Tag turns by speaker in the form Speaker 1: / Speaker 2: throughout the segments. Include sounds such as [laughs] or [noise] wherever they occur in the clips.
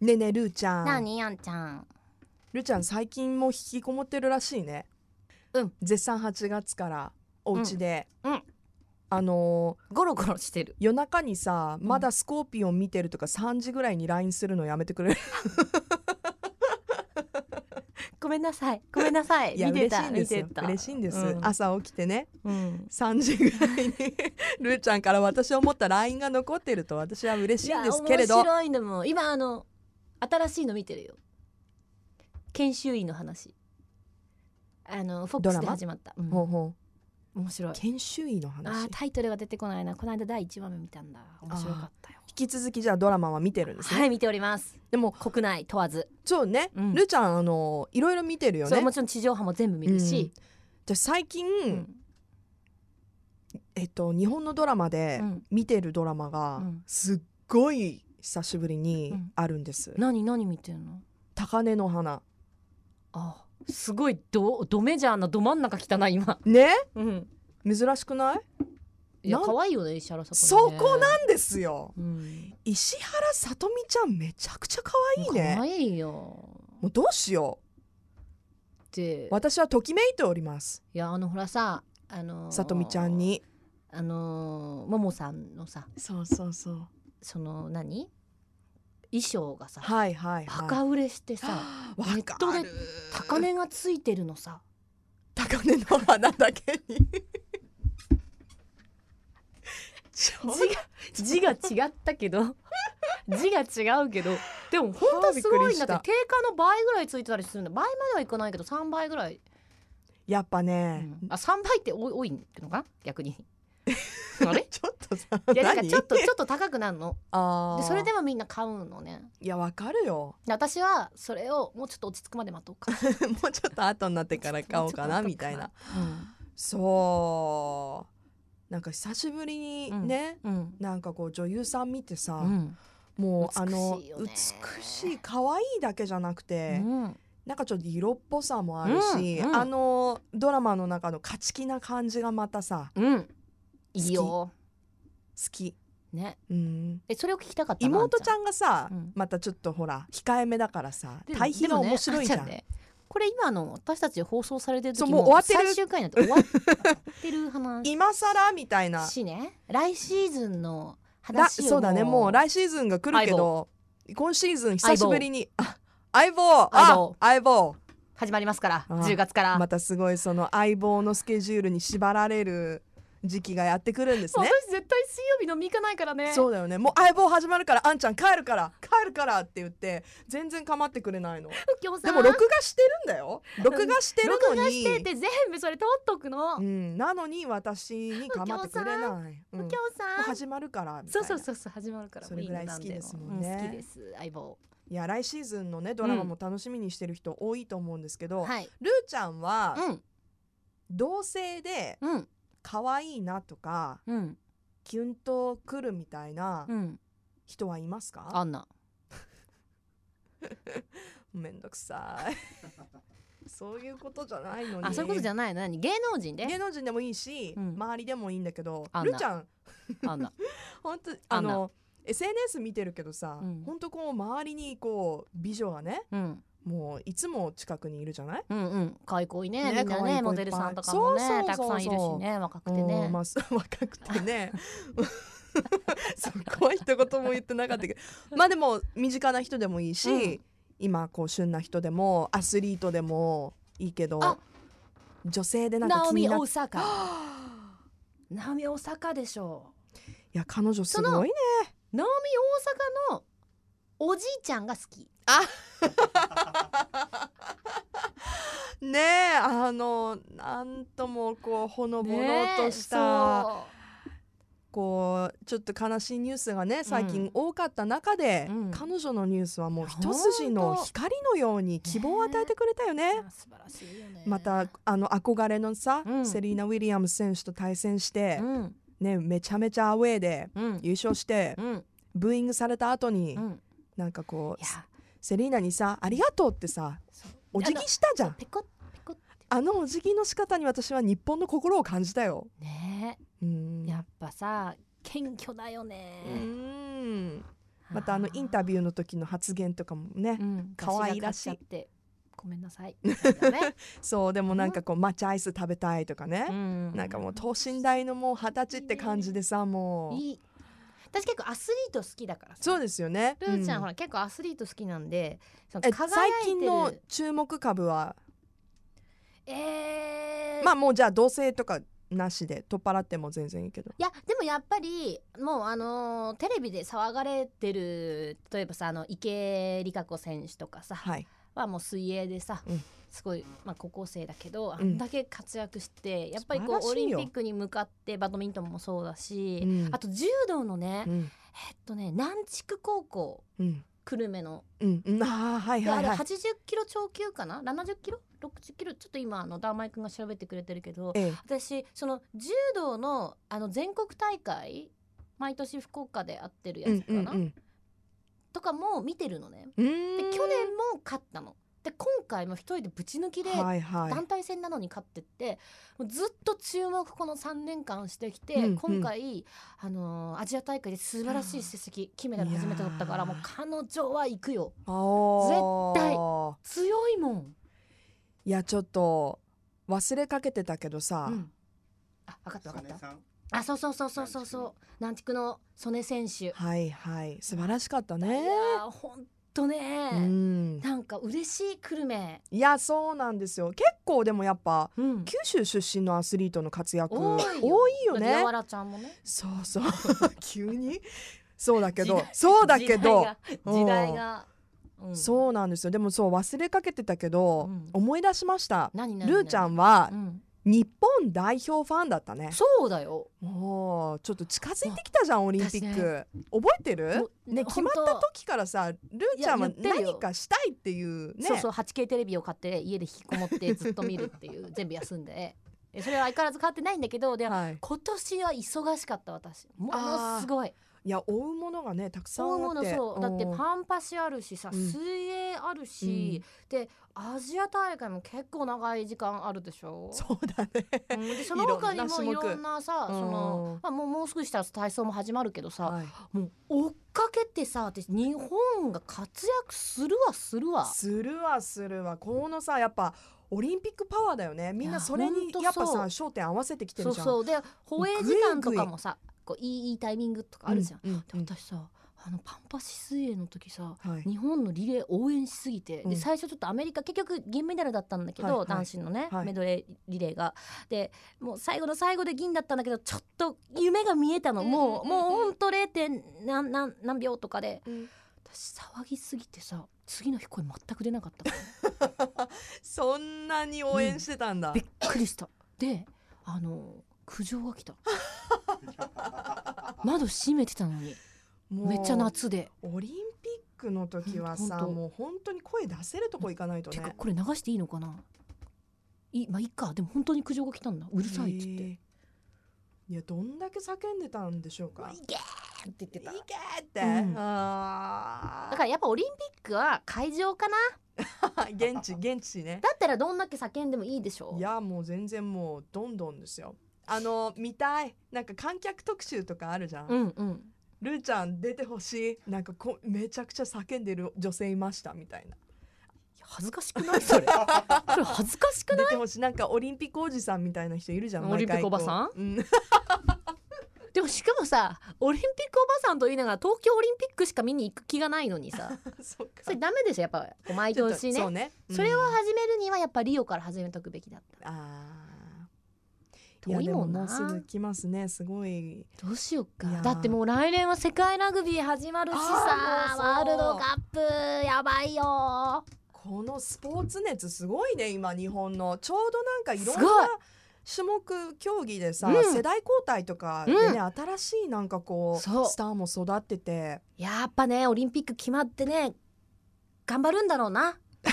Speaker 1: ねえねえるーちゃん
Speaker 2: なあにやんちゃん
Speaker 1: るーちゃん最近もう引きこもってるらしいね
Speaker 2: うん
Speaker 1: 絶賛8月からお家で、
Speaker 2: うんうん
Speaker 1: あのー
Speaker 2: ゴロゴロしてる
Speaker 1: 夜中にさまだスコーピオン見てるとか3時ぐらいに LINE するのやめてくれる
Speaker 2: [laughs] ごめんなさいごめんなさい
Speaker 1: いや
Speaker 2: 見
Speaker 1: 嬉
Speaker 2: て
Speaker 1: しい
Speaker 2: た
Speaker 1: んで
Speaker 2: 見
Speaker 1: す
Speaker 2: て
Speaker 1: よ
Speaker 2: た
Speaker 1: 嬉しいんです、
Speaker 2: うん
Speaker 1: 朝起きてね
Speaker 2: うん
Speaker 1: 3時ぐらいにるーちゃんから私を持った LINE が残ってると私は嬉しいんですけれ
Speaker 2: い
Speaker 1: ど
Speaker 2: や面白いのもん今あの新しいの見てるよ研修医の話あのフォック
Speaker 1: ド
Speaker 2: ス
Speaker 1: ラ
Speaker 2: で
Speaker 1: マ
Speaker 2: 始まった、うん
Speaker 1: ほうほ
Speaker 2: 面白いう
Speaker 1: 研修医の
Speaker 2: あ
Speaker 1: 話
Speaker 2: ータイトルが出てこないなこの間第1話目見たんだ面白かったよ
Speaker 1: 引き続きじゃあドラマは見てるんですね、
Speaker 2: はい見ております
Speaker 1: でも
Speaker 2: 国内問わず、
Speaker 1: そうね、
Speaker 2: うん
Speaker 1: るーちゃんあのいろいろ見てるよ
Speaker 2: そ
Speaker 1: ね
Speaker 2: うもちろん地上波も全部見るし、
Speaker 1: じゃあ最近、
Speaker 2: うん
Speaker 1: えっと、日本のドラマで
Speaker 2: うん
Speaker 1: 見てるドラマが
Speaker 2: うん
Speaker 1: すっごい久しぶりに
Speaker 2: うん
Speaker 1: あるんです「
Speaker 2: 何何見てんの
Speaker 1: 高根の花
Speaker 2: あすごいどドメジャーなど真ん中汚い今」
Speaker 1: ね
Speaker 2: うん
Speaker 1: 珍しくない
Speaker 2: いや
Speaker 1: なん
Speaker 2: 可愛いよね石原さと
Speaker 1: そ
Speaker 2: みね
Speaker 1: こなんですよ
Speaker 2: うん
Speaker 1: 石原さとみちゃんめちゃくちゃ可愛いね
Speaker 2: 可愛いよ
Speaker 1: もうどうしよ
Speaker 2: で
Speaker 1: う私はときめいております
Speaker 2: いやあのほらさあのー
Speaker 1: さとみちゃんに
Speaker 2: あのーももさんのさ
Speaker 1: そうそうそう
Speaker 2: その何衣装がさ
Speaker 1: はいはい
Speaker 2: バ
Speaker 1: は
Speaker 2: 売れしてさ
Speaker 1: い
Speaker 2: ネットで
Speaker 1: わかる
Speaker 2: 高値がついてるのさ
Speaker 1: 高根の花だけに [laughs] ちょっと
Speaker 2: 字が字が違ったけ [laughs] ど字が違うけどでも本当すごいんだ
Speaker 1: はあ
Speaker 2: って定価の倍ぐらいついてたりするんだ倍まではいかないけど3倍ぐらい、
Speaker 1: やっぱ
Speaker 2: う
Speaker 1: ね、
Speaker 2: んあ3倍って多い多いのかな逆
Speaker 1: [laughs]
Speaker 2: にあれ
Speaker 1: ちょっとさ
Speaker 2: いやなんか
Speaker 1: 何
Speaker 2: ちょっとちょっと高くなるの
Speaker 1: あ
Speaker 2: で
Speaker 1: ー
Speaker 2: それでもみんな買うのね
Speaker 1: いやわかるよ [laughs]
Speaker 2: で私はそれをもうちょっと落ち着くまで待とうか
Speaker 1: もうちょっと後になってから買おうかなみたいな、そうなんか久しぶりにね、
Speaker 2: うん
Speaker 1: なんか [laughs] こう女優さん見てさ、
Speaker 2: うん
Speaker 1: もうあ
Speaker 2: 美
Speaker 1: の
Speaker 2: しいよね
Speaker 1: 美しい可愛いだけじゃなくて、
Speaker 2: うん
Speaker 1: なんかちょっと色っぽさもあるし、
Speaker 2: うんうん
Speaker 1: あのドラマの中の勝ち気な感じがまたさ
Speaker 2: うんいい
Speaker 1: 好
Speaker 2: よ
Speaker 1: き、
Speaker 2: ね
Speaker 1: うん、
Speaker 2: えそれを聞きたかったな
Speaker 1: 妹ち
Speaker 2: あ
Speaker 1: ゃんがさ、
Speaker 2: うん
Speaker 1: またちょっとほら控えめだからさ
Speaker 2: でも
Speaker 1: 対比が
Speaker 2: でもね
Speaker 1: 面白いじゃ
Speaker 2: あ
Speaker 1: ん
Speaker 2: んねこれ今の私たち放送されてる
Speaker 1: そう
Speaker 2: 時
Speaker 1: もう終わってる
Speaker 2: 最終回なんて
Speaker 1: [laughs]
Speaker 2: 終わってる話
Speaker 1: 今更みたいな
Speaker 2: しね来シーズンの
Speaker 1: だ
Speaker 2: 話を
Speaker 1: そうだねもう来シーズンが来るけど今シーズン久しぶりにあ相棒
Speaker 2: 相
Speaker 1: あ
Speaker 2: 棒
Speaker 1: 相棒
Speaker 2: 始まりますから
Speaker 1: あ
Speaker 2: 10月から
Speaker 1: またすごいその相棒のスケジュールに縛られる時期がやってくるんですね
Speaker 2: 絶対水曜日飲み行かないからね
Speaker 1: そうだよねもう相棒始まるからあんちゃん帰るから帰るからって言って全然構ってくれないの
Speaker 2: 右京さ
Speaker 1: で
Speaker 2: ん
Speaker 1: も録画してるんだよ録画してるのに
Speaker 2: 録画してて全部それ取っとくの、
Speaker 1: う
Speaker 2: 右
Speaker 1: ん、なのに私に構ってくれない、うん、も
Speaker 2: 京
Speaker 1: う
Speaker 2: さん
Speaker 1: 始まるからみたい
Speaker 2: そう
Speaker 1: な
Speaker 2: そうそうそう始まるから
Speaker 1: それぐらい好きですもんね
Speaker 2: う好きです相棒
Speaker 1: いや来シーズンのねドラマも楽しみにしてる人多いと思うんですけど、
Speaker 2: はい
Speaker 1: ルーちゃんは
Speaker 2: うん
Speaker 1: 同性で
Speaker 2: うん
Speaker 1: 可愛いなとか
Speaker 2: うん
Speaker 1: キュンとくるみたいな
Speaker 2: うん
Speaker 1: 人はいますか、
Speaker 2: アンナ
Speaker 1: めんどくさ
Speaker 2: [laughs]
Speaker 1: いそういうことじゃないのに
Speaker 2: あそういうことじゃないの何芸能人で
Speaker 1: 芸能人でもいいし、
Speaker 2: うん
Speaker 1: 周りでもいいんだけど
Speaker 2: あんな
Speaker 1: ルーちゃん
Speaker 2: アンナ
Speaker 1: 本当
Speaker 2: あ
Speaker 1: あ
Speaker 2: んな
Speaker 1: の SNS 見てるけどさ、
Speaker 2: うん
Speaker 1: ほんとこう周りにこう美女がね
Speaker 2: うん
Speaker 1: もういつも近くにいるじゃない
Speaker 2: うんうん可愛い子いね
Speaker 1: ね
Speaker 2: みんな
Speaker 1: 可愛い子いっぱ
Speaker 2: ね
Speaker 1: い
Speaker 2: モデルさんとかもね
Speaker 1: そうそうそうそう
Speaker 2: たくさんいるしね若くて
Speaker 1: う [laughs]
Speaker 2: ね
Speaker 1: んまあ、す若くてねそこは一言も言ってなかったけ
Speaker 2: [laughs]
Speaker 1: どまあでも身近な人でもいいし、
Speaker 2: うん
Speaker 1: 今こう旬な人でもアスリートでもいいけど
Speaker 2: あ
Speaker 1: 女性でなんか
Speaker 2: ナオ
Speaker 1: 気に
Speaker 2: ミ
Speaker 1: なっ
Speaker 2: 大
Speaker 1: い
Speaker 2: 阪ナオミ大阪でしょ
Speaker 1: や彼女すごいね
Speaker 2: ナオミ大阪のおじいちゃんが好き
Speaker 1: ねえあのなんともこうほのぼろっとした、
Speaker 2: ね
Speaker 1: こうちょっと悲しいニュースがね最
Speaker 2: う
Speaker 1: 近
Speaker 2: ん
Speaker 1: 多かった中で、
Speaker 2: うん
Speaker 1: 彼女のニュースはもう一筋の光のように希望を与えてくれたよ
Speaker 2: え
Speaker 1: ね
Speaker 2: そうい。や素晴らしいよね
Speaker 1: またあの憧れのさ、
Speaker 2: うん
Speaker 1: セリーナ・ウィリアムズ選手と対戦して
Speaker 2: う、ん
Speaker 1: ね、めちゃめちゃアウェーで
Speaker 2: うん
Speaker 1: 優勝して、
Speaker 2: うん
Speaker 1: ブーイングされた後に、
Speaker 2: うん
Speaker 1: なんかこ
Speaker 2: いうや
Speaker 1: セリーナにさ「ありがとう」ってさ
Speaker 2: そう
Speaker 1: お辞儀したじゃん
Speaker 2: ペコッペコッって
Speaker 1: あのお辞儀の仕方に私は日本の心を感じたよ。
Speaker 2: ね
Speaker 1: うん
Speaker 2: えやっぱさ謙虚だよね
Speaker 1: う、ん
Speaker 2: あ
Speaker 1: またあのインタビューの時の発言とかもね、
Speaker 2: うん、
Speaker 1: 可愛らしい
Speaker 2: 私が買っちゃってごめんなさい、みたいな
Speaker 1: [laughs]
Speaker 2: ね
Speaker 1: そうでもなんかこう抹茶アイス食べたいとか
Speaker 2: う
Speaker 1: ね、
Speaker 2: ん
Speaker 1: なんかもう等身大のもう二十歳って感じでさもう
Speaker 2: いい私結構アスリート好きだからさ
Speaker 1: そうですよね
Speaker 2: ルーちゃん、
Speaker 1: う
Speaker 2: ほら結構アスリート好きなんでその
Speaker 1: え
Speaker 2: 輝い
Speaker 1: 最
Speaker 2: てる
Speaker 1: 近の注目株は
Speaker 2: えー
Speaker 1: まあもうじゃあ同性とかなしで取っ払っても全然いいけど
Speaker 2: いやでもやっぱりもうあのーテレビで騒がれてる例えばさあの池江璃花子選手とかさ
Speaker 1: はい
Speaker 2: はもう水泳でさ、
Speaker 1: うん
Speaker 2: すごい、まあ、高校生だけど、
Speaker 1: ん
Speaker 2: あんだけ活躍してやっぱりこ
Speaker 1: 素
Speaker 2: うオ
Speaker 1: 晴らし
Speaker 2: リ
Speaker 1: い
Speaker 2: ンピ
Speaker 1: よ
Speaker 2: ックに向かってバドミントンもそうだし、
Speaker 1: うん
Speaker 2: あと柔道のね、
Speaker 1: うん
Speaker 2: えっとね南筑高校
Speaker 1: うん
Speaker 2: 久留米の
Speaker 1: うんうんああはい
Speaker 2: であ
Speaker 1: はい
Speaker 2: れ
Speaker 1: はい
Speaker 2: 80キロ超級かな70キロ60キロちょっと今あのダーマイ君が調べてくれてるけど
Speaker 1: ええ
Speaker 2: 私その柔道のあの全国大会毎年福岡でやってるや
Speaker 1: うん
Speaker 2: つか
Speaker 1: うん
Speaker 2: な、
Speaker 1: うん
Speaker 2: とかも見てるのね
Speaker 1: う
Speaker 2: で
Speaker 1: ーん
Speaker 2: 去年も勝ったので今回も一人でぶち抜きで
Speaker 1: はいはい
Speaker 2: 団体戦なのに勝ってって、もうずっと注目この3年間してきて、
Speaker 1: うんうん
Speaker 2: 今回、あのーアジア大会で素晴らしい成績金メダル初めて取ったから
Speaker 1: い
Speaker 2: も
Speaker 1: やー
Speaker 2: う彼女は行くよ
Speaker 1: 絶
Speaker 2: 対強いもん、
Speaker 1: いやちょっと忘れかけてたけどさ、
Speaker 2: うんあ分かった分かっ
Speaker 3: さん
Speaker 2: たあそうそうそうそうそうそう南畜の曽根選手、
Speaker 1: はいはい素晴らしかった
Speaker 2: い
Speaker 1: ね
Speaker 2: やーほんとね、
Speaker 1: うん
Speaker 2: なんか嬉しい久留米、
Speaker 1: いやそうなんですよ結構でもやっぱ
Speaker 2: うん
Speaker 1: 九州出身のアスリートの活躍
Speaker 2: 多
Speaker 1: 多
Speaker 2: いよ
Speaker 1: いよね
Speaker 2: やわらちゃんもね
Speaker 1: そうそう [laughs] 急にそうだけど
Speaker 2: 時代
Speaker 1: そうだけど
Speaker 2: 時代が時代が、うん
Speaker 1: そうなんですよでもそう忘れかけてたけど、
Speaker 2: うん
Speaker 1: 思い出しました
Speaker 2: 何何
Speaker 1: ルーちゃ
Speaker 2: ん、
Speaker 1: んは
Speaker 2: うん
Speaker 1: 日本代表ファンだったね
Speaker 2: そうだよ
Speaker 1: もうちょっと近づいてきたじゃんオリンピック覚えてる
Speaker 2: もう
Speaker 1: ね
Speaker 2: ほんと
Speaker 1: 決まった時からさルーちゃんはい
Speaker 2: や言ってるよ
Speaker 1: 何かしたいっていうね
Speaker 2: そうそう 8K テレビを買って家で引きこもってずっと見るっていう全部休ん
Speaker 1: [laughs]
Speaker 2: でえそれは相変わらず変わってないんだけどで
Speaker 1: はい、
Speaker 2: 今年は忙しかった私ものすごい
Speaker 1: いや追うものがねたくさん
Speaker 2: そう
Speaker 1: あって
Speaker 2: 思うのそうだって
Speaker 1: うん
Speaker 2: パンパシあるしさ、
Speaker 1: うん
Speaker 2: 水泳あるし、でアジア大会も結構長い時間あるでしょ
Speaker 1: そうだね
Speaker 2: うんでその他にも
Speaker 1: いろんな種目
Speaker 2: いろんなさその、まあ、もうもうすぐしたら体操も始まるけどさ、
Speaker 1: はい
Speaker 2: もう追っかけてさ私日本が活躍するわするわ
Speaker 1: するわするわこのさやっぱオリンピックパワーだよねみんなそれ
Speaker 2: ほん
Speaker 1: に
Speaker 2: とそう
Speaker 1: やっぱさ焦点合わせてきて
Speaker 2: そ
Speaker 1: る
Speaker 2: う
Speaker 1: じゃん
Speaker 2: そうで保衛時間とかもさこういいいいタイミングとかあるじゃん、
Speaker 1: ううう
Speaker 2: で私さあのパンパシ水泳の時さ
Speaker 1: はい
Speaker 2: 日本のリレー応援しすぎて、
Speaker 1: う
Speaker 2: で
Speaker 1: ん
Speaker 2: 最初ちょっとアメリカ結局銀メダルだったんだけど、
Speaker 1: はいはい
Speaker 2: 男子のね、
Speaker 1: はい
Speaker 2: メドレーリレーがでもう最後の最後で銀だったんだけどちょっと夢が見えたの
Speaker 1: う
Speaker 2: もう
Speaker 1: んうんうん
Speaker 2: も
Speaker 1: うん
Speaker 2: うほんと 0. 点何何何秒とかで
Speaker 1: うん
Speaker 2: 私騒ぎすぎてさ次の日声全く出なかったから
Speaker 1: そんなに応援してたんだ、
Speaker 2: びっくりしたであの苦情が
Speaker 1: [laughs]
Speaker 2: 来た窓閉めてたのに
Speaker 1: もう
Speaker 2: めっちゃ夏で、
Speaker 1: オリンピックの時はさ
Speaker 2: ほんと
Speaker 1: もう本当に声出せるとこ行かないと
Speaker 2: て
Speaker 1: ね
Speaker 2: かこれ流していいのかないいまあいいかでも本当に苦情が来たんだうるさいっつって、
Speaker 1: へえいやどんだけ叫んでたんでしょうか
Speaker 2: いけーって言って
Speaker 1: いけ
Speaker 2: た
Speaker 1: ーって、
Speaker 2: うん
Speaker 1: あ
Speaker 2: だからやっぱオリンピックは会場かな
Speaker 1: ら [laughs] 現地現地ね
Speaker 2: だったらどんだけ叫んでもいいでしょ
Speaker 1: いやもう全然もうどんどんですよあの見たいなんか観客特集とかあるじゃん、
Speaker 2: うんうん
Speaker 1: ルーちゃん出てほしいなんかこめちゃくちゃ叫んでる女性いましたみたいな
Speaker 2: 恥ずかしくないそれ [laughs] それ恥ずかしくない
Speaker 1: 出てほしいなんかオリンピックおじさんみたいな人いるじゃん
Speaker 2: オリンピックおばさん
Speaker 1: 毎回こううん [laughs]
Speaker 2: でもしかもさオリンピックおばさんと言いながら東京オリンピックしか見に行く気がないのにさ
Speaker 1: そうか
Speaker 2: それダメでしょやっぱこう毎年
Speaker 1: ちょっと
Speaker 2: ね
Speaker 1: そうね、
Speaker 2: それを
Speaker 1: うん
Speaker 2: 始めるにはやっぱリオから始めとくべきだった。
Speaker 1: あーい
Speaker 2: 遠
Speaker 1: や
Speaker 2: い
Speaker 1: で
Speaker 2: も
Speaker 1: も
Speaker 2: ん
Speaker 1: も
Speaker 2: な
Speaker 1: う。すぐ来ますねすごい
Speaker 2: どうしよっ
Speaker 1: いや
Speaker 2: か。
Speaker 1: ー
Speaker 2: だってもう来年は世界ラグビー始まるしさ
Speaker 1: あ、ー
Speaker 2: ワー
Speaker 1: も
Speaker 2: ル
Speaker 1: うそう
Speaker 2: ドカップやばいよ。
Speaker 1: このスポーツ熱すごいね今日本のちょうどなんかいろん
Speaker 2: す
Speaker 1: な
Speaker 2: ごい
Speaker 1: 種目競技でさ、
Speaker 2: うん
Speaker 1: 世代交代とかでね、新しいなんかこう
Speaker 2: そう
Speaker 1: スターも育ってて
Speaker 2: やっぱね、オリンピック決まってね、頑張るんだろうな。 [laughs]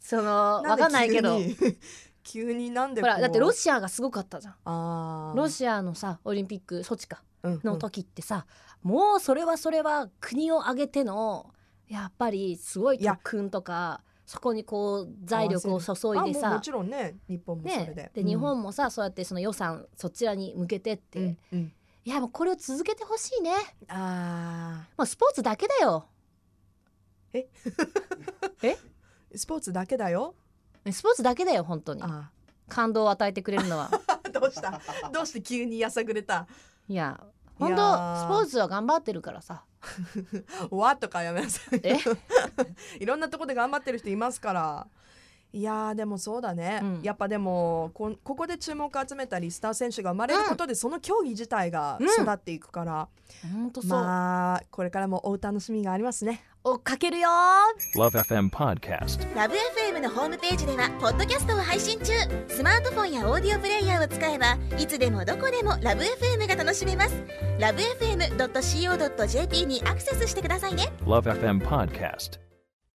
Speaker 2: そのわかんないけど、
Speaker 1: ん
Speaker 2: ほ
Speaker 1: で急に [laughs] 急になんでこう
Speaker 2: らだってロシアがすごかったじゃん。
Speaker 1: あー
Speaker 2: ロシアのさオリンピック措置か
Speaker 1: うん
Speaker 2: の時ってさ、もうそれはそれは国を挙げてのやっぱりすごい特訓とかそこにこう財力を注
Speaker 1: うん
Speaker 2: いで
Speaker 1: あもう
Speaker 2: さ
Speaker 1: もちろんね日本もそれで、
Speaker 2: ね、で日本もさ、そうやってその予算そちらに向けてって、
Speaker 1: うんうん
Speaker 2: いやもうこれを続けてほしいね
Speaker 1: あ
Speaker 2: もうスポーツだけだよ
Speaker 1: ースポーツだけだよ
Speaker 2: スポーツだけだよ本当に
Speaker 1: あ
Speaker 2: 感動を与えてくれるの [laughs] は
Speaker 1: ー [laughs] どうしたどうして急にやさぐれた
Speaker 2: いや本当
Speaker 1: いやー
Speaker 2: スポーツは頑張ってるからさ
Speaker 1: わとかやめなさい
Speaker 2: え
Speaker 1: [laughs] いろんなとこで頑張ってる人いますからいやーでもそうだね、
Speaker 2: うん
Speaker 1: やっぱでもこここで注目を集めたりスター選手が生まれることで、その競技自体が
Speaker 2: うん
Speaker 1: 育っていくから、
Speaker 2: 本当そう、
Speaker 1: まあこれからもお楽しみがありますね
Speaker 2: 追っかけるよ
Speaker 3: Love FM Podcast.
Speaker 4: ラブ f m のホームページではポッドキャストを配信中スマートフォンやオーディオプレイヤーを使えばいつでもどこでもラブ f m が楽しめますラブ FM.co.jp にアクセスしてくださいね
Speaker 3: Love FM Podcast.